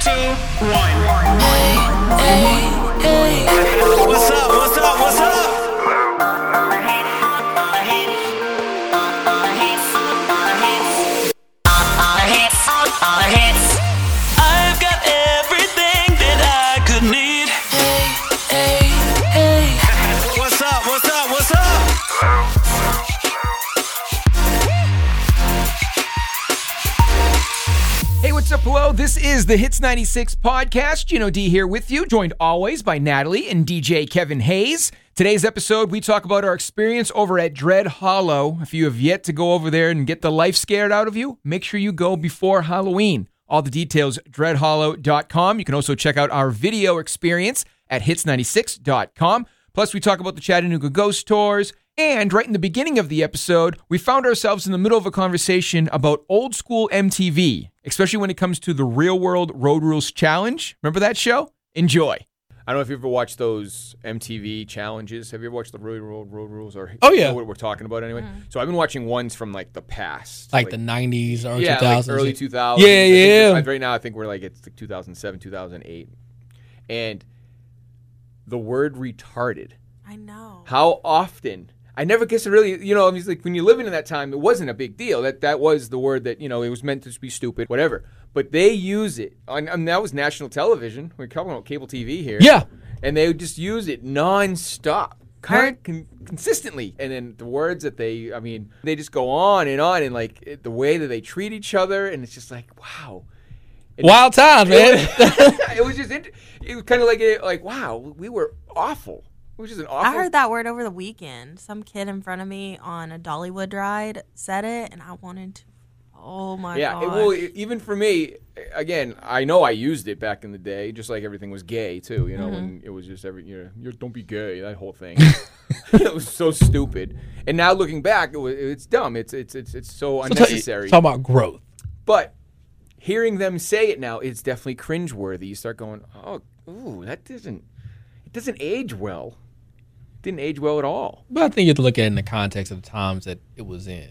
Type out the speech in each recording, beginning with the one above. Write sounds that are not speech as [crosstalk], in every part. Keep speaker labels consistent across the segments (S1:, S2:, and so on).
S1: two, one. What's up? What's up? What's up? I've got everything that I could need. What's up? What's up? What's up?
S2: Hey, what's up? Hello. This is the Hits 96 podcast. Gino D here with you, joined always by Natalie and DJ Kevin Hayes. Today's episode, we talk about our experience over at Dread Hollow. If you have yet to go over there and get the life scared out of you, make sure you go before Halloween. All the details, dreadhollow.com. You can also check out our video experience at hits96.com. Plus, we talk about the Chattanooga ghost tours. And right in the beginning of the episode, we found ourselves in the middle of a conversation about old school MTV, especially when it comes to the Real World Road Rules Challenge. Remember that show? Enjoy.
S3: I don't know if you've ever watched those MTV challenges. Have you ever watched the Road Road Road Rules or
S4: Oh, yeah.
S3: know what we're talking about anyway? So I've been watching ones from like the past,
S4: like, the nineties or
S3: yeah,
S4: two thousands.
S3: like early 2000s.
S4: Yeah,
S3: I think
S4: yeah.
S3: it's- Right now, I think we're like it's like 2007, 2008, and the word retarded.
S5: I know.
S3: How often? I never guess it really. You know, I mean, it's like when you're living in that time, it wasn't a big deal. That that was the word that you know it was meant to just be stupid, whatever. But they use it, on, and that was national television. We're talking about cable TV here.
S4: Yeah.
S3: and they would just use it nonstop, con- con- consistently. And then the words that they, I mean, they just go on and on, and like it, the way that they treat each other, and it's just like, wow.
S4: [laughs] Wild times, man.
S3: [laughs]
S4: [laughs]
S3: it was just, int- it was kind of like, a, like wow, we were awful. Which is an awful.
S5: I heard that word over the weekend. Some kid in front of me on a Dollywood ride said it, and I wanted to. Oh my
S3: Yeah,
S5: god!
S3: it, well, e- even for me, again, I know I used it back in the day, just like everything was gay too. You know, when it was just every you know, you're, don't be gay, that whole thing. [laughs] it was so stupid. And now looking back, it was, it's dumb. It's it's it's it's so unnecessary.
S4: Talk about growth.
S3: But hearing them say it now is definitely cringeworthy. You start going, oh, ooh, that doesn't it doesn't age well. Didn't age well at all.
S4: But I think you have to look at it in the context of the times that it was in.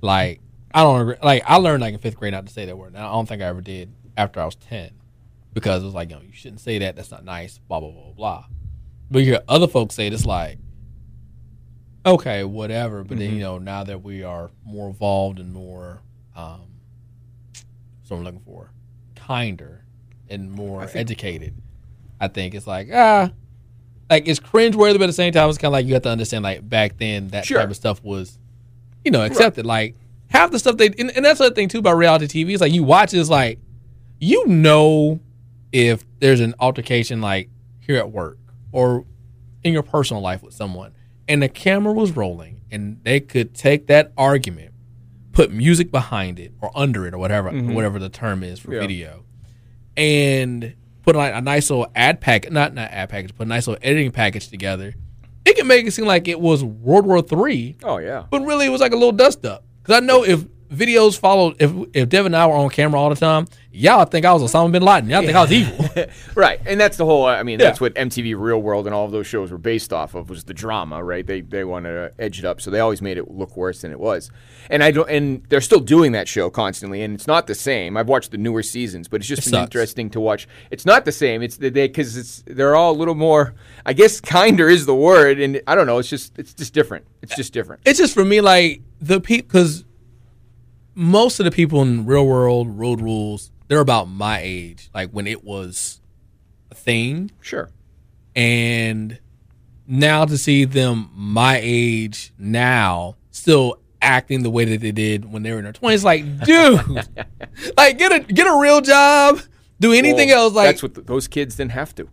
S4: Like I don't agree, like I learned like in fifth grade not to say that word. And I don't think I ever did after I was ten because it was like you know you shouldn't say that. That's not nice. Blah blah blah blah. But you hear other folks say it, it's like okay whatever. But then you know now that we are more evolved and more um, so I'm looking for kinder and more educated. I think it's like ah like it's cringeworthy, but at the same time, it's kind of like you have to understand, like back then, that
S3: Sure.
S4: type of stuff was, you know, accepted. Like half the stuff they, and, and that's the thing too about reality TV is like you watch it, it's like you know if there's an altercation like here at work or in your personal life with someone, and the camera was rolling, and they could take that argument, put music behind it or under it or whatever, whatever the term is for
S3: Yeah.
S4: video, and put like a nice little ad pack not not ad package, but a nice little editing package together, it can make it seem like it was World War Three,
S3: Oh yeah.
S4: but really it was like a little dust up. Because I know if videos followed, if if Dev and I were on camera all the time, y'all think I was Osama bin Laden. Y'all think I was evil.
S3: Right, and that's the whole. I mean,
S4: Yeah.
S3: that's what MTV Real World and all of those shows were based off of was the drama, right? They they wanted to edge it up, so they always made it look worse than it was. And I don't, and they're still doing that show constantly, and it's not the same. I've watched the newer seasons, but it's just been
S4: sucks.
S3: interesting to watch. It's not the same. It's they because it's they're all a little more. I guess kinder is the word, and I don't know. It's just it's just different. It's just different.
S4: it's just for me like the people because most of the people in real world road rules they're about my age like when it was a thing
S3: Sure.
S4: and now to see them my age now still acting the way that they did when they were in their 20s like
S3: [laughs]
S4: dude like get a get a real job do anything
S3: Well,
S4: else like
S3: that's what th- those kids didn't have to.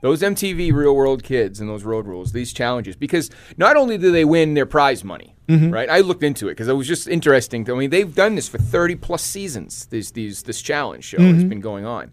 S3: Those MTV Real World kids and those road rules, these challenges, because not only do they win their prize money, right? I looked into it because it was just interesting. I mean, they've done this for thirty plus seasons. These these this challenge show has been going on,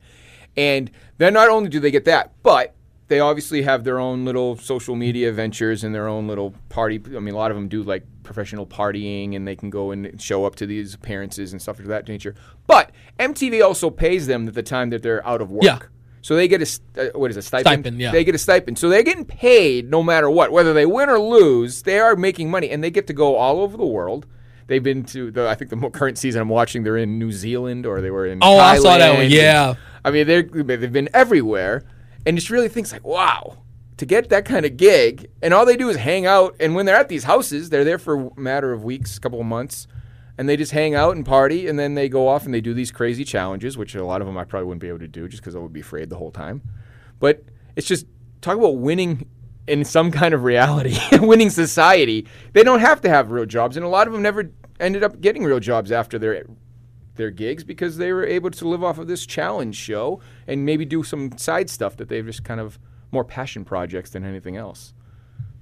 S3: and then not only do they get that, but they obviously have their own little social media ventures and their own little party. I mean, a lot of them do like professional partying and they can go and show up to these appearances and stuff of that nature. But MTV also pays them at the time that they're out of work.
S4: Yeah.
S3: So they get a st- uh, what is it stipend?
S4: Stipend, yeah.
S3: They get a stipend. So they're getting paid no matter what, whether they win or lose. They are making money, and they get to go all over the world. They've been to the I think the mo- current season I'm watching. They're in New Zealand or they were in.
S4: Oh, I saw that one,
S3: Thailand.
S4: yeah.
S3: I mean, they're, they've been everywhere, and just really thinks like, wow, to get that kind of gig, and all they do is hang out. And when they're at these houses, they're there for a matter of weeks, couple of months, and they just hang out and party, and then they go off and they do these crazy challenges, which a lot of them I probably wouldn't be able to do just because I would be afraid the whole time. But it's just talk about winning in some kind of reality, [laughs] winning society. They don't have to have real jobs, and a lot of them never ended up getting real jobs after their their gigs because they were able to live off of this challenge show and maybe do some side stuff that they've just kind of more passion projects than anything else.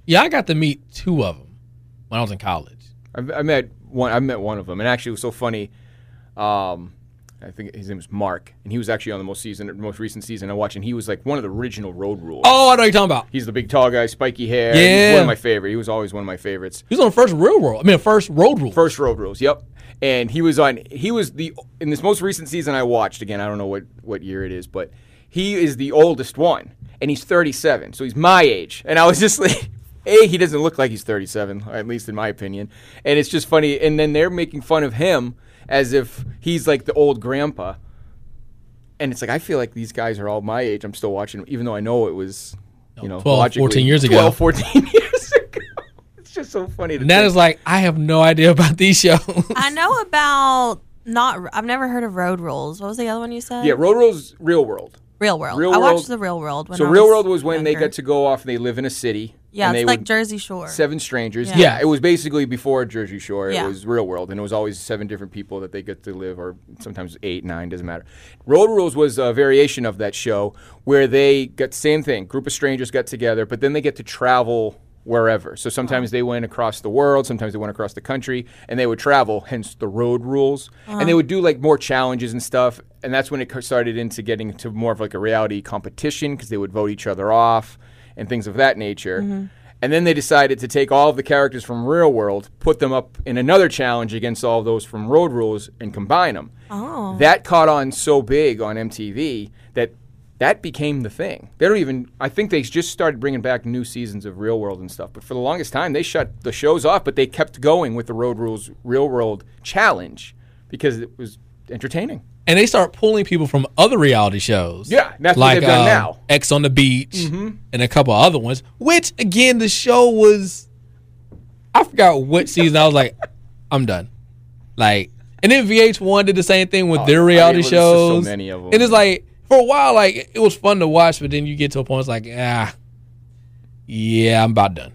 S4: Yeah, I got to meet two of them when I was in college.
S3: I, I met one. I met one of them, and actually, it was so funny. Um, I think his name was Mark, and he was actually on the most season, most recent season I watched, and he was like one of the original Road Rules.
S4: Oh, I know what you're talking about.
S3: He's the big tall guy, spiky hair. He's one
S4: Yeah.
S3: of my favorite. He was always one of my favorites.
S4: He was on the first real world. I mean, the first road rule.
S3: First Road Rules, yep. And he was on. He was the in this most recent season I watched. Again, I don't know what what year it is, but he is the oldest one, and he's 37, so he's my age. And I was just like. [laughs] A, he doesn't look like he's 37, at least in my opinion. And it's just funny. And then they're making fun of him as if he's like the old grandpa. And it's like, I feel like these guys are all my age. I'm still watching, even though I know it was, you know,
S4: 12,
S3: logically
S4: 14 years ago.
S3: 12, 14 [laughs] years ago. It's just so funny. To
S4: and that
S3: think.
S4: is like, I have no idea about these shows. [laughs]
S5: I know about not. I've never heard of Road Rules. What was the other one you said?
S3: Yeah, Road Rule's Real World.
S5: Real World.
S3: Real
S5: I
S3: World-
S5: watched the Real World. When
S3: so
S5: I
S3: Real World was when they
S5: younger.
S3: got to go off and they live in a city.
S5: Yeah,
S3: and they
S5: it's like
S3: would-
S5: Jersey Shore.
S3: Seven strangers. Yeah.
S5: Yeah.
S3: it was basically before Jersey Shore. It
S5: Yeah.
S3: was Real World, and it was always seven different people that they get to live, or sometimes eight, nine, doesn't matter. Road Rules was a variation of that show where they got same thing. Group of strangers got together, but then they get to travel wherever. So sometimes they went across the world, sometimes they went across the country, and they would travel. Hence the Road Rules,
S5: Uh-huh.
S3: and they would do like more challenges and stuff. And that's when it co- started into getting to more of like a reality competition because they would vote each other off and things of that nature. And then they decided to take all of the characters from Real World, put them up in another challenge against all of those from Road Rules, and combine them.
S5: Oh.
S3: That caught on so big on MTV that that became the thing. They don't even. I think they just started bringing back new seasons of Real World and stuff. But for the longest time, they shut the shows off, but they kept going with the Road Rules Real World challenge because it was entertaining.
S4: and they start pulling people from other reality shows. uh,
S3: Yeah, and that's what they've done now. Mm-hmm.
S4: X on the Beach and a couple other ones. Which again, the show was. I forgot what season. I was like, [laughs] I'm done. Like, and then VH1 did the same thing with
S3: Oh, I
S4: their
S3: mean,
S4: reality
S3: it was just so
S4: shows.
S3: many of 'em.
S4: And it's like for a while, like it was fun to watch, but then you get to a point, it's like, ah, yeah, I'm about done.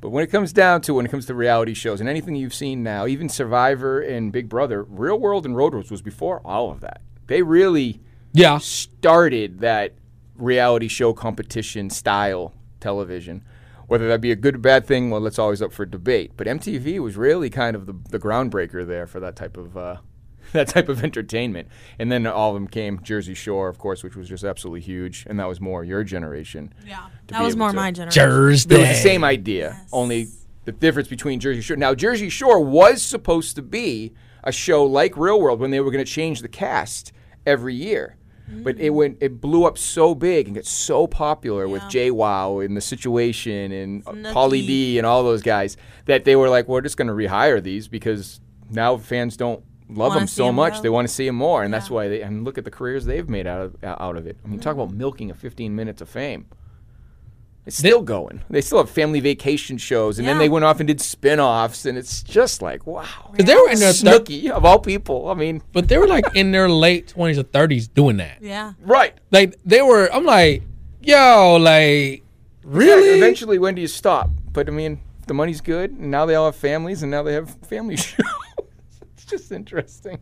S3: But when it comes down to when it comes to reality shows and anything you've seen now, even Survivor and Big Brother, Real World and Road Rules was before all of that. They really
S4: Yeah,
S3: started that reality show competition style television. Whether that be a good or bad thing, well, that's always up for debate. But MTV was really kind of the, the groundbreaker there for that type of uh, [laughs] that type of entertainment. And then all of them came Jersey Shore, of course, which was just absolutely huge, and that was more your generation.
S5: yeah,
S3: to
S5: that
S3: be
S5: was
S3: able
S5: more
S3: to-
S5: my generation.
S4: Thursday.
S3: It was the same idea, only the difference between Jersey Shore. Now, Jersey Shore was supposed to be a show like Real World when they were going to change the cast every year. But it went, it blew up so big and got so popular with Jay Wow and the Situation and
S5: Snooki.
S3: Polly D and all those guys that they were like, we're just going to rehire these because now fans don't love
S5: Wanna
S3: them
S5: see
S3: so
S5: 'em
S3: much.
S5: grow.
S3: They want to see them more, and that's why they. And look at the careers they've made out of out of it. I mean, talk about milking a 15 minutes of fame. It's still going. They still have family vacation shows, and then
S5: Yeah.
S3: they went off and did spin-offs, and it's just like wow.
S4: 'Cause they were in their thir-
S3: Snooki of all people. I mean,
S4: but they were like in their late twenties or thirties doing that.
S5: Yeah,
S3: right?
S4: like they were i'm like yo like really
S3: Eventually, when do you stop? But I mean, the money's good, and now they all have families, and now they have family [laughs] shows. it's just interesting.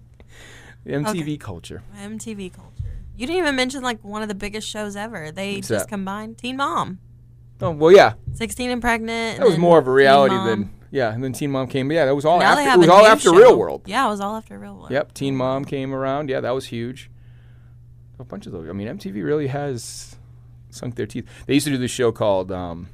S3: The MTV culture.
S5: MTV culture. You didn't even mention like one of the biggest shows ever. They
S3: What's
S5: just
S3: that?
S5: combined Teen Mom,
S3: Oh well, yeah,
S5: 16 and Pregnant.
S3: that was more of a reality
S5: than.
S3: than yeah. And then Teen Mom came, but yeah, that was all
S5: Now they
S3: after.
S5: have
S3: It was
S5: a
S3: all
S5: new
S3: after
S5: show.
S3: Real World.
S5: Yeah, it was all after Real World.
S3: Yep, Teen Mom came around. Yeah, that was huge. A bunch of those. I mean, MTV really has sunk their teeth. They used to do this show called, um,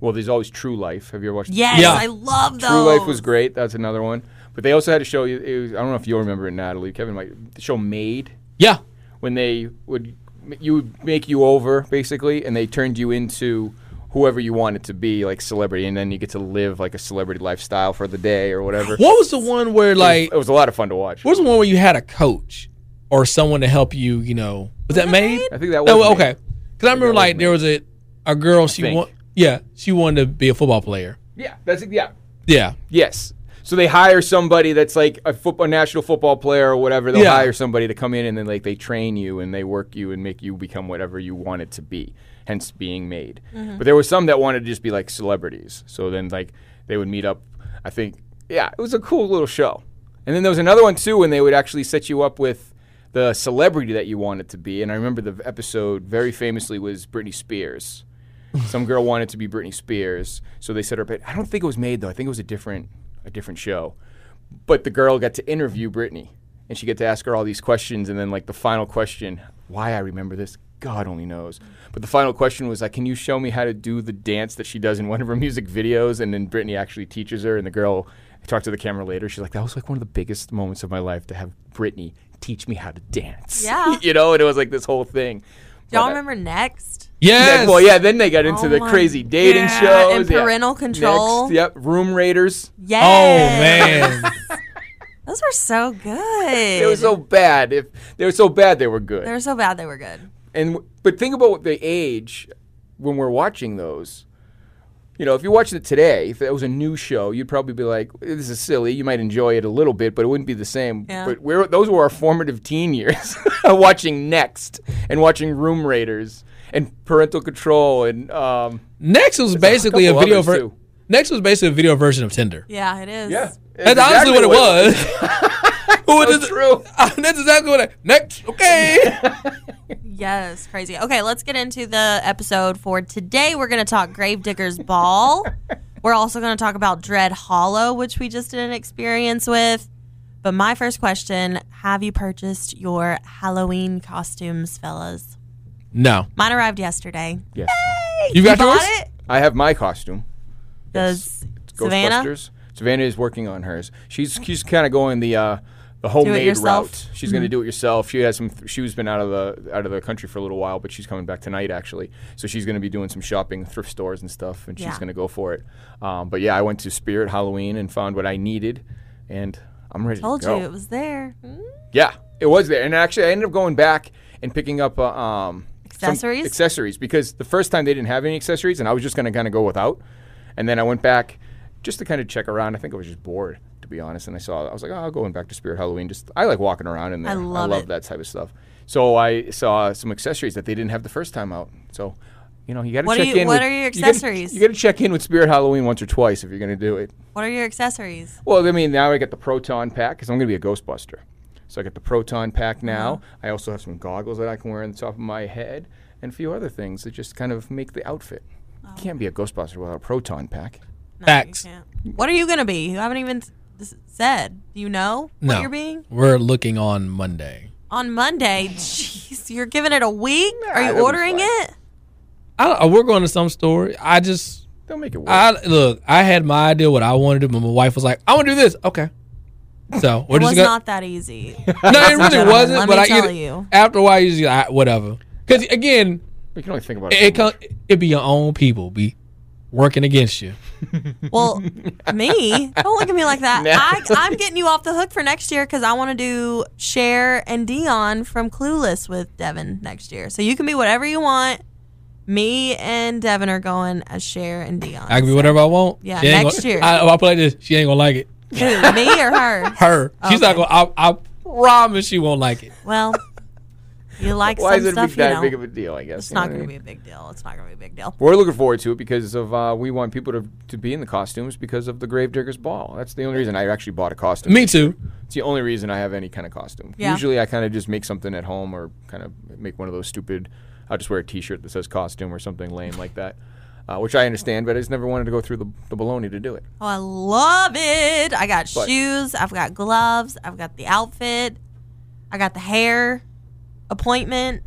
S3: well, there's always True Life. Have you ever watched?
S5: Yes,
S4: Yeah.
S5: I love those.
S3: True Life was great. That's another one. But they also had a show. It was, I don't know if you'll remember it, Natalie. Kevin, might the show Made
S4: yeah
S3: when they would you would make you over basically, and they turned you into whoever you wanted to be, like celebrity, and then you get to live like a celebrity lifestyle for the day or whatever.
S4: what was the one where like
S3: it was a lot of fun to watch.
S4: what was the one where you had a coach or someone to help you. You know, was that made?
S3: I think that was
S4: No,
S3: Maid.
S4: okay. Because I remember
S3: that was
S4: like there was a a girl she
S3: think.
S4: want yeah she wanted to be a football player.
S3: Yeah, that's yeah.
S4: Yeah,
S3: Yes. So they hire somebody that's like a football national football player or whatever. They'll
S4: Yeah.
S3: hire somebody to come in and then like they train you and they work you and make you become whatever you want it to be. Hence being made. But there were some that wanted to just be like celebrities. So then like they would meet up. I think yeah, it was a cool little show. And then there was another one too when they would actually set you up with the celebrity that you wanted to be. And I remember the episode very famously was Britney Spears. Some girl wanted to be Britney Spears, so they set her up. At, I don't think it was made though. I think it was a different a different show. But the girl got to interview Britney, and she got to ask her all these questions. And then like the final question, why I remember this, God only knows. But the final question was like, "Can you show me how to do the dance that she does in one of her music videos?" And then Britney actually teaches her, and the girl. I talked to the camera later. She's like, "That was like one of the biggest moments of my life to have Britney teach me how to dance."
S5: Yeah.
S3: [laughs] you know, and it was like this whole thing.
S5: Do y'all
S3: But I-
S5: remember Next?
S4: yes.
S3: yeah, well, yeah. Then they got into
S5: Oh
S3: the
S5: my
S3: crazy dating
S5: God.
S3: shows
S5: And
S3: yeah.
S5: parental control.
S3: Next, yep, room raiders.
S5: Yes.
S4: Oh man,
S5: Those were so good.
S3: They were so bad. If they were so bad, they were good.
S5: They were so bad they were good.
S3: and w- but think about the age when we're watching those. You know, if you watched it today, if it was a new show, you'd probably be like, "This is silly." You might enjoy it a little bit, but it wouldn't be the same.
S5: Yeah.
S3: But we're, those were our formative teen years, [laughs] watching Next and watching Room Raiders and Parental Control and um,
S4: Next was basically a,
S3: couple
S4: video
S3: others,
S4: ver-
S3: too.
S4: Next was basically a video version of Tinder.
S5: Yeah, it is.
S4: That's
S3: Exactly
S4: honestly what it was. [laughs] What
S3: so
S4: is-
S3: true.
S4: Ah, That's exactly what I next. Okay.
S5: Yes, crazy. Okay, let's get into the episode for today. We're going to talk Gravedigger's
S3: [laughs]
S5: Ball. We're also going to talk about Dread Hollow, which we just did an experience with. But my first question Have you purchased your Halloween costumes, fellas?
S4: [laughs] no,
S5: Mine arrived yesterday.
S3: Yes.
S4: you got
S5: bought
S4: yours.
S5: it?
S3: I have my costume.
S5: Does Savannah?
S3: Ghostbusters. Savannah is working on hers. She's she's kind of going the uh, the homemade
S5: yourself. Mm-hmm.
S3: route. She's going to do it yourself. She has some. She's been out of the out of the country for a little while, but she's coming back tonight actually. So she's going to be doing some shopping, thrift stores and stuff, and she's
S5: Yeah.
S3: going to go for it. Um, but yeah, I went to Spirit Halloween and found what I needed, and I'm ready
S5: Told
S3: to go.
S5: you it was there. Hmm?
S3: Yeah, it was there, and actually, I ended up going back and picking up uh, um, some
S5: Accessories?
S3: Accessories, because the first time they didn't have any accessories, and I was just going to kind of go without. And then I went back just to kind of check around. I think I was just bored, to be honest. And I saw, I was like, oh, I'll go in back to Spirit Halloween. Just I like walking around in there.
S5: I love it.
S3: that type of stuff. So I saw some accessories that they didn't have the first time out. So. You know, you got to
S5: What are
S3: check
S5: you-
S3: in.
S5: what
S3: with-
S5: are your
S3: you gotta-
S5: accessories?
S3: You got to check in with Spirit Halloween once or twice if you're going to do it.
S5: What are your accessories?
S3: Well, I mean, now I get the proton pack because I'm going to be a Ghostbuster. So I get the proton pack
S5: Uh-huh.
S3: now. I also have some goggles that I can wear on the top of my head and a few other things that just kind of make the outfit.
S5: Oh.
S3: You can't be a Ghostbuster without a proton pack.
S5: No, you
S4: Facts.
S5: can't. What are you going to be? You haven't even s- said. Do you know what
S4: No,
S5: you're being?
S4: We're looking on Monday.
S5: on Monday. [laughs] Jeez, you're giving it a week? Are
S3: that'll
S5: you
S3: be
S5: ordering
S3: fine.
S5: it?
S4: I don't, we're going to some store. I just
S3: Don't make it work.
S4: I look. I had my idea what I wanted to do, but my wife was like, "I want to do this."
S5: [laughs]
S4: Okay. So we're
S5: It
S4: just
S5: was
S4: gonna,
S5: not that easy.
S4: [laughs] No, it really
S5: gentlemen,
S4: wasn't.
S5: let
S4: but
S5: me
S4: I
S5: tell
S4: either-
S5: you.
S4: after a while, you just I, whatever. Because again,
S3: you can only think about it.
S4: it,
S3: so
S4: it
S3: much.
S4: come, it be your own people be working against you.
S3: [laughs]
S5: well, me? Don't look at me like that. I, I'm getting you off the hook for next year because I want to do Cher and Dion from Clueless with Devin next year. So you can be whatever you want. Me and Devin are going as Cher and Dion.
S4: I can be whatever I want.
S5: Yeah,
S4: She ain't
S5: next
S4: gonna-
S5: year.
S4: I, if I play this, she ain't gonna like it.
S5: Who, me or
S3: [laughs]
S5: her?
S4: Her, she's not
S5: Okay.
S4: gonna. I, I promise she won't like it.
S5: Well, you like
S3: Why
S5: some
S3: is it
S5: stuff,
S3: big,
S5: you
S3: that
S5: know.
S3: big of a deal? I guess
S5: it's
S3: you know
S5: not
S3: what I
S5: going to
S3: mean?
S5: be a big deal. It's not going to be a big deal.
S3: We're looking forward to it because of uh, we want people to to be in the costumes because of the Gravedigger's Ball. That's the only reason I actually bought a costume.
S4: Me too.
S3: It's the only reason I have any kind of costume.
S5: Yeah.
S3: Usually I kind of just make something at home or kind of make one of those stupid, I'll just wear a t shirt that says costume or something lame like that, uh, which I understand, but I just never wanted to go through the, the baloney to do it.
S5: Oh, I love it. I got
S3: But-
S5: shoes, I've got gloves, I've got the outfit, I got the hair appointment.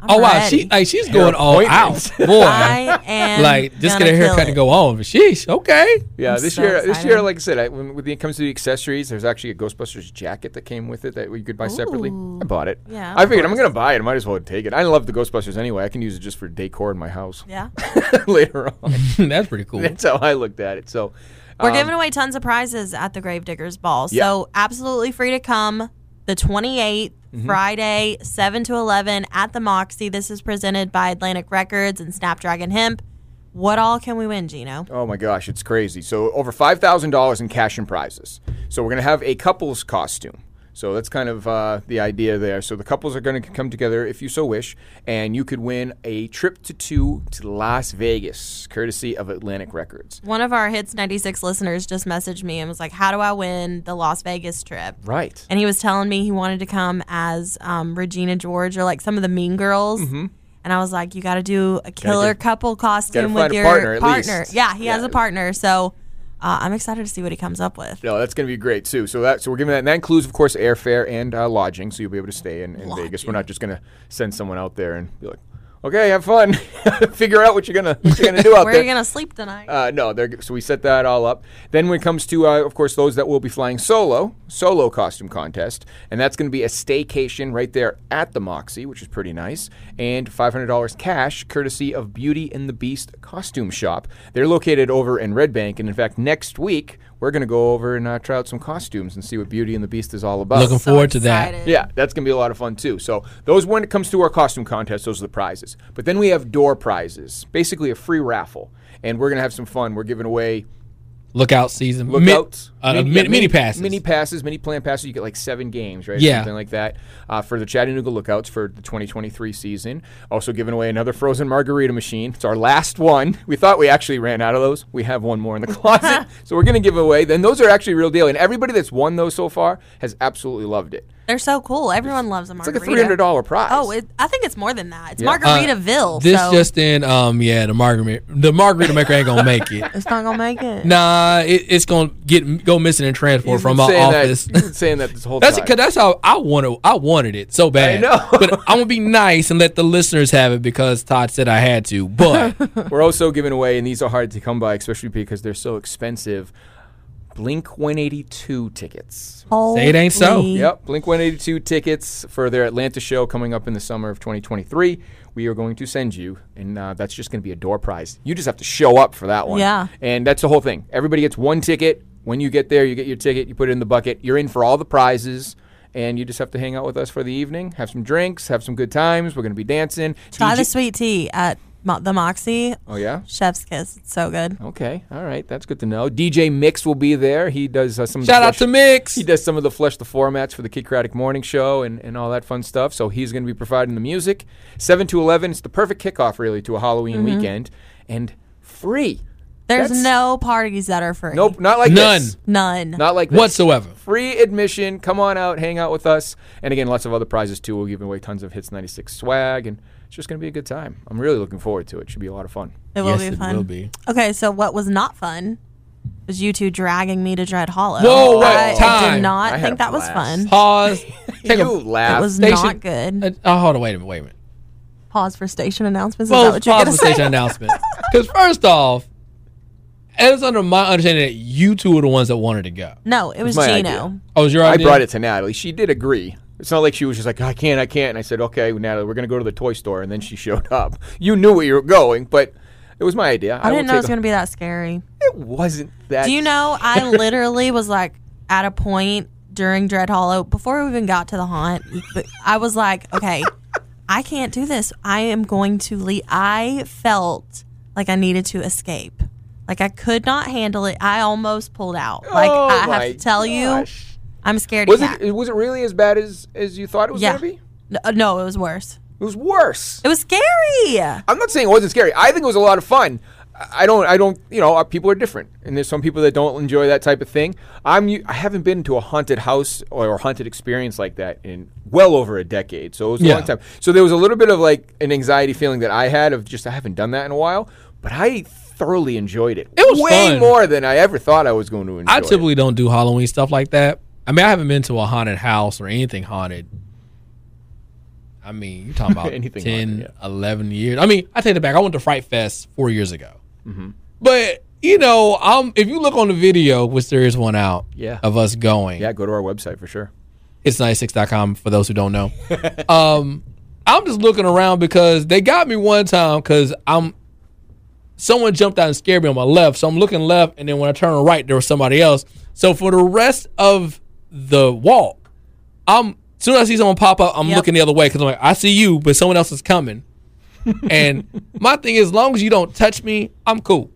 S5: I'm
S4: Oh wow,
S5: ready.
S4: she like she's going all out,
S3: appointments.
S4: [laughs] boy.
S5: I am
S4: [laughs] like just get
S5: gonna
S4: a
S5: kill
S4: haircut
S5: it.
S4: and go on. But sheesh, okay. [laughs]
S3: Yeah,
S5: I'm
S3: this
S5: so
S3: year, this year,
S5: excited.
S3: like I said, I, when, when it comes to the accessories, there's actually a Ghostbusters jacket that came with it that you could buy separately.
S5: Ooh.
S3: I bought it.
S5: Yeah,
S3: I
S5: of
S3: figured I'm
S5: course.
S3: gonna buy it. I might as well take it. I love the Ghostbusters anyway. I can use it just for decor in my house
S5: Yeah.
S4: [laughs]
S3: [laughs] later on.
S4: That's pretty cool.
S3: That's how I looked at it. So
S5: We're
S3: um,
S5: giving away tons of prizes at the Gravediggers Ball.
S3: Yeah.
S5: So absolutely free to come the 28th
S4: Mm-hmm.
S5: Friday, 7 to 11 at the Moxie. This is presented by Atlantic Records and Snapdragon Hemp. What all can we win, Gino?
S3: Oh my gosh, it's crazy. So over five thousand dollars in cash and prizes. So we're gonna have a couple's costume. So that's kind of uh, the idea there. So the couples are going to come together if you so wish, and you could win a trip to two to Las Vegas, courtesy of Atlantic Records.
S5: One of our Hits 96 listeners just messaged me and was like, How do I win the Las Vegas trip?
S3: Right.
S5: And he was telling me he wanted to come as um, Regina George or like some of the Mean Girls. And I was like, You got to do a killer
S3: Mm-hmm. get-
S5: couple costume
S3: find
S5: with
S3: a
S5: your
S3: partner at
S5: partner.
S3: least.
S5: Yeah, he has
S3: Yeah.
S5: a partner. So uh, I'm excited to see what he comes up with.
S3: No, that's going to be great too. So that so we're giving that, and that includes, of course, airfare and uh, lodging. So you'll be able to stay in, in Vegas. We're not just going to send someone out there and be like, "Okay, have fun, [laughs] figure out what you're gonna what you're gonna do out
S5: Where
S3: there."
S5: are you going to sleep tonight?
S3: Uh, no, they're, so we set that all up. Then when it comes to, uh, of course, those that will be flying solo, solo costume contest, and that's going to be a staycation right there at the Moxie, which is pretty nice, and $500 cash, courtesy of Beauty and the Beast Costume Shop. They're located over in Red Bank, and in fact, next week we're going to go over and uh, try out some costumes and see what Beauty and the Beast is all about.
S4: Looking
S5: So
S4: forward to that.
S5: excited.
S3: Yeah, that's gonna be a lot of fun too. So those when it comes to our costume contest, those are the prizes. But then we have door prizes, basically a free raffle, and we're gonna have some fun. We're giving away
S4: Lookout season. Mi-
S3: lookouts,
S4: uh,
S3: min-
S4: mini,
S3: yeah,
S4: mini, passes.
S3: mini passes, mini plan passes. You get like seven games, right?
S4: Yeah.
S3: something like that uh, for the Chattanooga Lookouts for the 2023 season. Also giving away another frozen margarita machine. It's our last one. We thought we actually ran out of those. We have one more in the [laughs]
S4: [laughs]
S3: closet, so we're gonna give away. Then those are actually real deal, and everybody that's won those so far has absolutely loved it.
S5: They're so cool. Everyone loves a
S3: It's like
S5: margarita.
S3: a three hundred dollar prize.
S5: Oh, it, I think it's more than that. It's
S3: Yeah. Uh,
S5: Margaritaville.
S4: This
S5: so
S4: just in, um, yeah, the margarita, the margarita maker ain't gonna
S3: [laughs]
S4: make it.
S5: it's not gonna make it.
S4: Nah, it, it's gonna get go missing in transfer
S3: You've
S4: from
S3: been
S4: my
S3: saying that-
S4: office.
S3: you've been saying that this whole
S4: [laughs] That's
S3: time.
S4: because that's how I wanted. I wanted it so bad.
S3: I know.
S4: [laughs] but I'm gonna be nice and let the listeners have it because Todd said I had
S3: [laughs]
S4: to. But
S3: We're also giving away, and these are hard to come by, especially because they're so expensive. Blink 182 tickets.
S4: Say it ain't so.
S5: Holy
S3: Yep, Blink 182 tickets for their Atlanta show coming up in the summer of 2023. We are going to send you, and uh, that's just going to be a door prize. You just have to show up for that one.
S5: Yeah.
S3: And that's the whole thing. Everybody gets one ticket. When you get there, you get your ticket, you put it in the bucket, you're in for all the prizes. And you just have to hang out with us for the evening, have some drinks, have some good times. We're going to be dancing.
S5: Try the
S3: DJ
S5: sweet tea at Mo- the Moxie.
S3: oh, yeah? Oh.
S5: Chef's kiss. It's so good.
S3: Okay, all right, that's good to know. DJ Mix will be there. He does uh, some. of the
S4: shout out
S3: flesh-
S4: to Mix.
S3: He does some of the flesh the formats for the Kid Kraddick Morning Show and, and all that fun stuff. So he's going to be providing the music. Seven to eleven. It's the perfect kickoff really to a Halloween
S4: Mm-hmm.
S3: weekend and free.
S5: There's
S3: That's-
S5: no parties that are free.
S3: Nope, not like
S4: None.
S3: this.
S5: None.
S3: Not like this.
S4: Whatsoever.
S3: Free admission. Come on out, hang out with us, and again, lots of other prizes too. We'll give away tons of hits ninety six swag, and it's just going to be a good time. I'm really looking forward to it. Should be a lot of fun.
S5: it will
S4: Yes,
S5: be
S4: it
S5: fun.
S4: will be.
S5: Okay, so what was not fun was you two dragging me to Dread Hollow.
S4: Whoa, what
S5: I
S4: time?
S5: did not
S3: I had a
S5: think that was
S3: blast.
S5: fun.
S3: [laughs]
S4: Pause. Take
S3: you
S4: a,
S5: It
S3: laugh.
S5: was
S4: Station-
S5: not good.
S4: uh, oh, hold on. Wait a minute. Wait a minute.
S5: Pause for station announcements. Is that
S4: Well,
S5: what you're
S4: pause
S5: gonna
S4: for
S5: say?
S4: station announcement. Because first off, it was under my understanding that you two were the ones that wanted to go.
S5: No, it was
S3: my
S5: Gino.
S3: idea.
S4: Oh, was your
S3: I
S4: idea?
S3: brought it to Natalie. She did agree. It's not like she was just like, I can't, I can't. And I said, okay, Natalie, we're going to go to the toy store. And then she showed up. You knew where you were going, but it was my idea.
S5: I didn't know it was gonna be that scary.
S3: to. It wasn't that.
S5: Do you know I literally was like at a point during Dread Hollow before we even got to the haunt. but I was like, okay, I can't do this. I am going to leave. I felt like I needed to escape. Like I could not handle it. I almost pulled out. Like
S3: Oh
S5: I have
S3: my
S5: to tell
S3: gosh.
S5: you, I'm scared.
S3: Was
S5: cat.
S3: it was it really as bad as as you thought it was
S5: Yeah.
S3: going to be?
S5: N- uh, No, it was worse.
S3: It was worse.
S5: It was scary.
S3: I'm not saying it wasn't scary. I think it was a lot of fun. I- I don't. I don't. You know, uh, people are different, and there's some people that don't enjoy that type of thing. I'm. u- I haven't been to a haunted house or a haunted experience like that in well over a decade. So it was a
S4: Yeah.
S3: long time. So there was a little bit of like an anxiety feeling that I had of just I haven't done that in a while. But I thoroughly enjoyed it.
S4: It was
S3: way
S4: fun.
S3: more than I ever thought I was going to enjoy.
S4: I
S3: it.
S4: typically don't do Halloween stuff like that. I mean, I haven't been to a haunted house or anything haunted. I mean, you're talking
S3: [laughs]
S4: about
S3: Anything
S4: 10,
S3: haunted,
S4: 11 years. I mean, I take it back. I went to Fright Fest four years ago.
S3: Mm-hmm.
S4: But, you know, um, if you look on the video, which there is one out
S3: Yeah.
S4: of us going,
S3: Yeah, go to our website for sure.
S4: it's 96.com for those who don't know. [laughs] um, I'm just looking around because they got me one time because I'm someone jumped out and scared me on my left. So I'm looking left, and then when I turn right, there was somebody else. So for the rest of the walk, I'm soon as I see someone pop up, I'm
S5: Yep.
S4: looking the other way because I'm like, I see you, but someone else
S3: [laughs]
S4: is coming. and my thing is, as long as you don't touch me, I'm cool.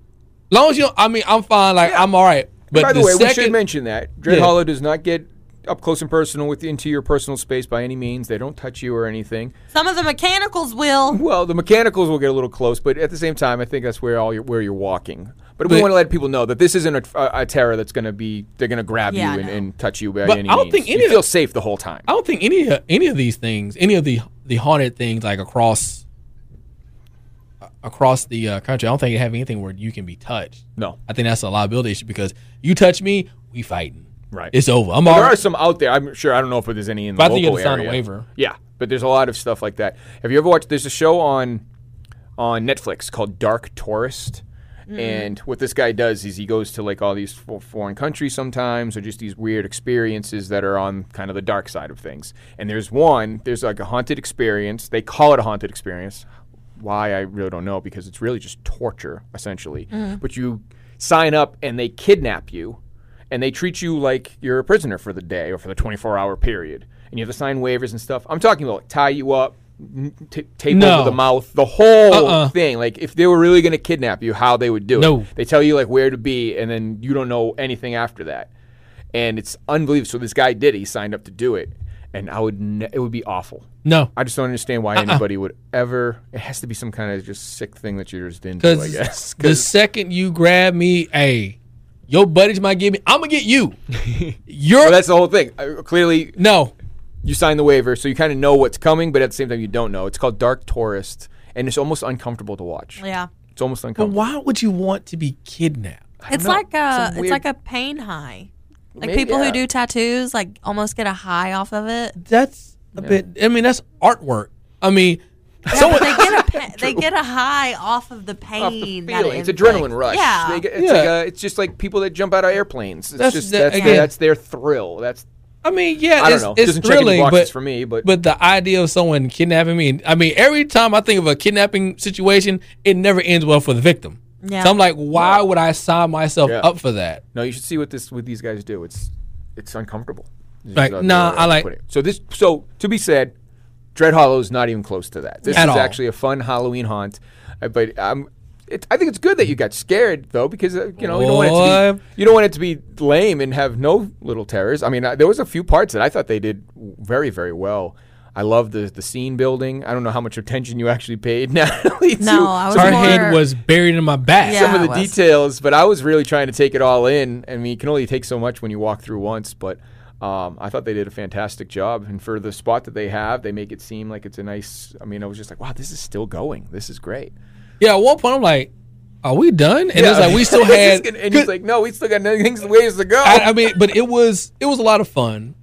S4: As long as you, don't, I mean, I'm fine. Like I'm all right. But
S3: By the, way, we should
S4: second-
S3: mention that Dread
S4: Yeah.
S3: Hollow does not get up close and personal with into your personal space by any means. They don't touch you or anything.
S5: Some of the mechanicals will.
S3: Well, the mechanicals will get a little close, but at the same time, I think that's where all your, where you're walking. But, we
S4: But-
S3: want to let people know that this isn't a, a, a terror that's going to be they're going to grab
S5: Yeah,
S3: you and,
S5: no.
S3: and touch you by
S4: But
S3: any
S4: I don't
S3: means.
S4: think any
S3: you
S4: of-
S3: feel safe the whole time.
S4: I don't think any of any of these things, any of the the haunted things, like across a- across the uh, country, I don't think they have anything where you can be touched.
S3: No.
S4: I think that's a liability issue because you touch me, we fighting.
S3: Right.
S4: it's over. I'm
S3: Well,
S4: all
S3: there are
S4: right.
S3: some out there. I'm sure. I don't know if there's any in the
S4: But I
S3: local
S4: think you have to sign a
S3: area.
S4: waiver.
S3: Yeah, but there's a lot of stuff like that. Have you ever watched? There's a show on on Netflix called Dark Tourist, and what this guy does is he goes to like all these fo- foreign countries sometimes, or just these weird experiences that are on kind of the dark side of things. And there's one. There's like a haunted experience. They call it a haunted experience. Why I really don't know because it's really just torture essentially. But you sign up and they kidnap you and they treat you like you're a prisoner for the day or for the 24 hour period. And you have to sign waivers and stuff. I'm talking about like, tie you up, n- t- tape
S4: No.
S3: over the mouth, the whole
S4: Uh-uh.
S3: thing. Like if they were really going to kidnap you, how they would do
S4: No.
S3: it. They tell you like where to be, and then you don't know anything after that. And it's unbelievable. So this guy did. it. He signed up to do it, and I would. Ne- it would be awful.
S4: No,
S3: I just don't understand
S4: Uh-uh.
S3: why anybody would ever. It has to be some kind of just sick thing that you're just into, I guess. [laughs]
S4: because the second you grab me, hey, your buddies might get me. I'm gonna get [laughs] you. You're
S3: well, that's the whole thing. Uh, clearly,
S4: no.
S3: you sign the waiver, so you kind of know what's coming, but at the same time, you don't know. It's called Dark Tourist, and it's almost uncomfortable to watch.
S5: Yeah.
S3: It's almost
S4: But
S3: uncomfortable.
S4: why would you want to be kidnapped?
S5: It's
S3: know.
S5: like a
S3: Some
S5: it's
S3: weird-
S5: like a pain high. Like
S3: Maybe-
S5: people
S3: yeah.
S5: who do tattoos like almost get a high off of
S3: [laughs]
S5: it.
S4: That's a bit. I mean, that's artwork. I mean,
S5: Someone, they
S3: [laughs]
S5: get a pa- they get a high off of the pain.
S3: Off the
S5: that
S3: feeling.
S5: it
S3: It's adrenaline
S5: inflicts.
S3: rush.
S5: Yeah.
S3: They get- it's,
S4: Yeah.
S3: like uh it's just like people that jump out of airplanes. It's
S4: That's
S3: just
S4: the-
S3: that's,
S4: again-
S3: their, that's their thrill. That's
S4: I mean, yeah,
S3: I don't
S4: it's,
S3: know.
S4: it's
S3: Doesn't check any
S4: thrilling,
S3: boxes
S4: but
S3: for me, but-
S4: but the idea of someone kidnapping me, I mean, every time I think of a kidnapping situation, it never ends well for the victim.
S5: Yeah.
S4: So I'm like, why would I sign myself
S3: Yeah.
S4: up for that?
S3: no. You should see what this what these guys do. It's it's uncomfortable. Is
S4: Like,
S3: the
S4: nah,
S3: way to
S4: I like-
S3: put it. So this so to be said, Dread Hollow is not even close to that. This
S4: At
S3: is
S4: all.
S3: actually a fun Halloween haunt, Uh, but um, it, I think it's good that you got scared though because uh, you know you don't want it to
S4: Boy.
S3: be you don't want it to be lame and have no little terrors. I mean, I, there was a few parts that I thought they did very very well. I love the the scene building. I don't know how much attention you actually paid, [laughs] Natalie. to
S5: No, I was
S3: some
S4: Her
S3: of the
S5: more-
S4: head was buried in my back.
S5: Yeah.
S3: some of the
S5: it was.
S3: details, but I was really trying to take it all in. I mean, you can only take so much when you walk through once, but um, I thought they did a fantastic job. And for the spot that they have, they make it seem like it's a nice. I mean, I was just like, wow, this is still going. This is great.
S4: Yeah, at one point I'm like, are we done? And
S3: [laughs]
S4: it's like we still
S3: This is
S4: had.
S3: gonna- and he's like, no, we still got another things ways to go.
S4: I, I mean, but it was it was a lot of fun.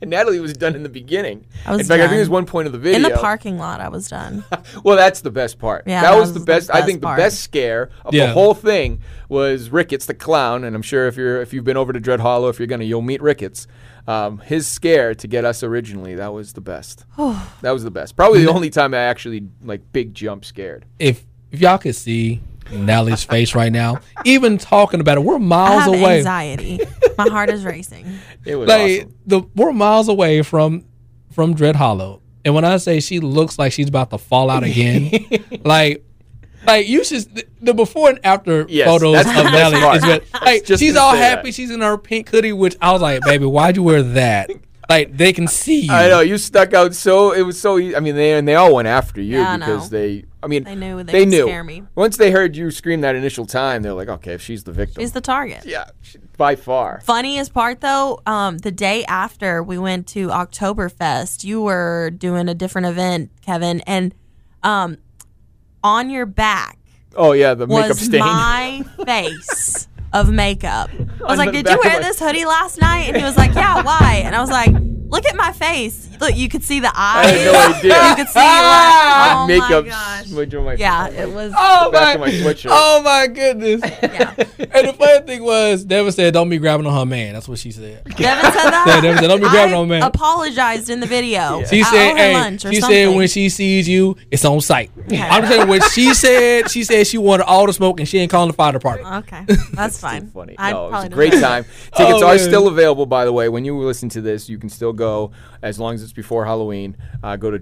S3: and Natalie was done in the beginning.
S5: I was
S3: in fact, I think
S5: done.
S3: there's one point of the video
S5: In the parking lot, I was
S3: [laughs]
S5: done.
S3: Well, that's the best part.
S5: Yeah,
S3: that, was, the best. I think
S5: part.
S3: the best scare of the
S4: Yeah.
S3: whole thing was Ricketts the clown, and I'm sure if you're if you've been over to Dread Hollow, if you're gonna, you'll meet Ricketts. Um, his scare to get us originally that was the
S5: [sighs]
S3: best.
S5: Oh.
S3: that was the best. Probably the only time I actually like big jump scared.
S4: If if y'all could see Natalie's face right now, even talking about it, we're
S5: I
S4: miles
S5: have
S4: away.
S3: [laughs]
S5: anxiety. My heart is racing.
S3: It was
S4: like
S3: awesome.
S4: the we're miles away from from Dread Hollow, and when I say she looks like she's about to fall out
S3: [laughs]
S4: again, like like you should the, the before and after
S3: Yes,
S4: photos
S3: that's
S4: of
S3: the best
S4: Nelly
S3: part.
S4: is what like
S3: just
S4: she's
S3: to
S4: all
S3: say
S4: happy.
S3: that.
S4: She's in her pink hoodie, which I was like, baby, why'd you wear that? Like they can see you.
S3: I know you stuck out so it was so. Easy. I mean, they and they all went after you
S5: Yeah, I
S3: because
S5: know.
S3: they. I mean,
S5: They knew they
S3: they
S5: could
S3: knew.
S5: scare me.
S3: Once they heard you scream that initial time, they're like, okay, if she's the victim,
S5: He's the target.
S3: yeah, she- by far.
S5: Funniest part though, um, the day after we went to Oktoberfest, you were doing a different event, Kevin, and um, on your back
S3: Oh yeah, the makeup
S5: was
S3: stain. [laughs]
S5: my face of makeup. I was
S3: On
S5: like,
S3: the
S5: "Did you
S3: back of
S5: wear
S3: my-
S5: this hoodie last night?" And he was like, "Yeah, why?" And I was like, "Look at my face. Look, you could see the eyes.
S3: had no idea. Ah!
S5: You could see like, oh
S3: makeup
S5: my gosh.
S3: smudge on my
S5: Yeah, it was.
S4: Oh
S3: back
S4: my,
S3: of my sweatshirt.
S4: oh my goodness.
S5: Yeah.
S4: And the funny thing was, Devin said, Don't be grabbing on her man. That's what she said.
S5: Devin
S3: [laughs]
S5: said that.
S4: Yeah, Devin said, "Don't be grabbing
S5: I
S4: on me."
S5: Apologized in the video.
S4: She
S5: I owe
S4: said,
S5: her
S4: "Hey,
S5: lunch or
S4: she
S5: something.
S4: said when she sees you, it's on site." I'm just saying what she said. She said she wanted all the smoke and she ain't calling the fire department. [laughs]
S5: Okay, that's fine.
S3: Funny.
S5: I'd
S3: no, it was
S5: probably
S3: a
S5: do
S3: great
S5: that.
S3: time. Tickets
S4: Oh,
S3: are
S4: man.
S3: still available, by the way. When you listen to this, you can still go as long as it's before Halloween. Uh, go to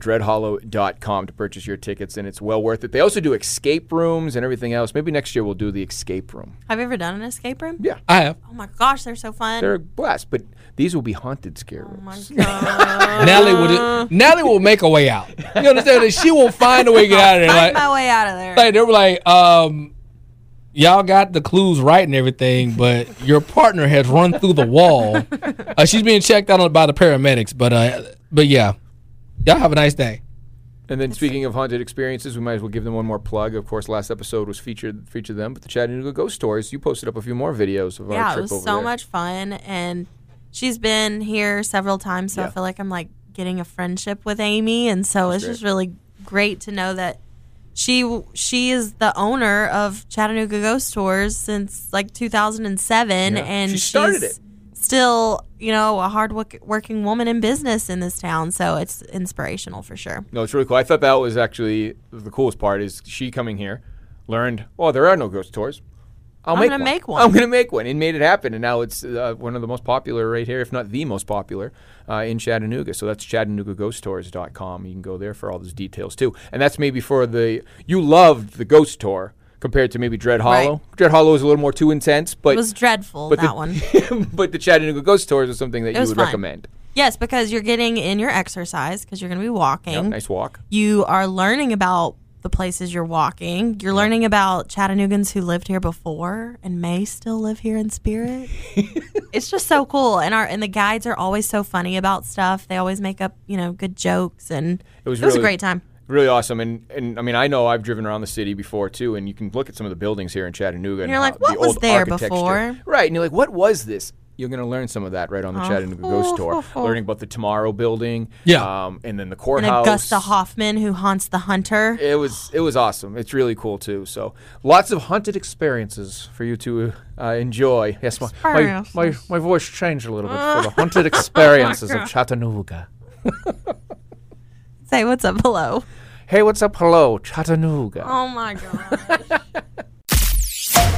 S3: dreadhollow.com to purchase your tickets, and it's well worth it. They also do escape rooms and everything else. Maybe next year we'll do the escape room.
S5: Have you ever done an escape room?
S3: Yeah.
S4: I have.
S5: Oh my gosh, they're so fun.
S3: They're a blast, but these will be haunted scare rooms.
S5: oh my
S3: [laughs]
S5: god.
S4: Nelly
S5: uh.
S4: would. Nelly will make a way out. You understand? that she will find a way to get out of there.
S5: Find
S4: Like,
S5: my way out of there.
S4: like, they were like, um, y'all got the clues right and everything, but your partner has run through the wall. Uh, she's being checked out on- by the paramedics, but uh, but yeah, y'all have a nice day.
S3: And then speaking of haunted experiences, we might as well give them one more plug. Of course, last episode was featured featured them, but the Chattanooga Ghost Stories. You posted up a few more videos of our
S5: yeah, it
S3: trip
S5: was
S3: over
S5: so
S3: there.
S5: much fun, and she's been here several times, so I
S3: Yeah.
S5: feel like I'm like getting a friendship with Amy, and so it's just really great to know that she she is the owner of Chattanooga Ghost Tours since like 2007,
S3: Yeah.
S5: and
S3: She started
S5: she's
S3: it.
S5: Still, you know, a hard work- working woman in business in this town, so it's inspirational for sure.
S3: No, it's really cool. I thought that was actually the coolest part is she coming here, learned, oh, there are no ghost tours. I'll
S5: I'm
S3: make,
S5: gonna
S3: one.
S5: make one."
S3: I'm going to make one and made it happen. And now it's uh, one of the most popular right here, if not the most popular uh, in Chattanooga. So that's ChattanoogaGhostTours.com. You can go there for all those details too. And that's maybe for the, you loved the ghost tour compared to maybe Dread Hollow. Dread Hollow is a little more too intense, but
S5: It was dreadful
S3: but
S5: that
S3: the-
S5: one.
S3: [laughs] but the Chattanooga Ghost Tours is something that you
S5: was
S3: would
S5: fun.
S3: recommend.
S5: Yes, because you're getting in your exercise because you're going to be walking.
S3: Yeah, nice walk.
S5: You are learning about the places you're walking. You're learning about Chattanoogans who lived here before and may still live here in
S3: [laughs]
S5: spirit. it's just so cool, and our and the guides are always so funny about stuff. They always make up you know good jokes, and
S3: It was
S5: a
S3: really-
S5: great time.
S3: Really awesome, and and I mean I know I've driven around the city before too, and you can look at some of the buildings here in Chattanooga. And,
S5: you're
S3: how-
S5: like, what
S3: the
S5: was
S3: old
S5: there
S3: architecture.
S5: before? Oh,
S3: Right, and you're like, what was this? You're going to learn some of that right on the Chattanooga
S5: [laughs]
S3: Ghost Tour, learning about the Tomorrow Building,
S4: Yeah.
S3: um, and then the
S5: And
S3: courthouse.
S5: Augusta Hoffman who haunts the hunter.
S3: It was it was awesome. It's really cool too. So lots of haunted experiences for you to uh, enjoy. Yes, my, my, my my voice changed a little
S5: [laughs]
S3: bit for the
S5: Oh
S3: haunted experiences of Chattanooga.
S5: Say what's up below.
S3: Hey, what's up? Hello, Chattanooga.
S5: Oh my god.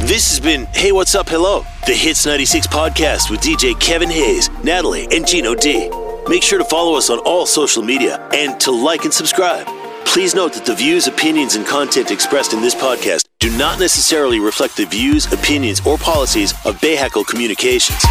S1: This has been Hey What's Up Hello, the Hits 96 podcast with DJ Kevin Hayes, Natalie, and Gino D. Make sure to follow us on all social media and to like and subscribe. Please note that the views, opinions, and content expressed in this podcast do not necessarily reflect the views, opinions, or policies of Bayhackle Communications.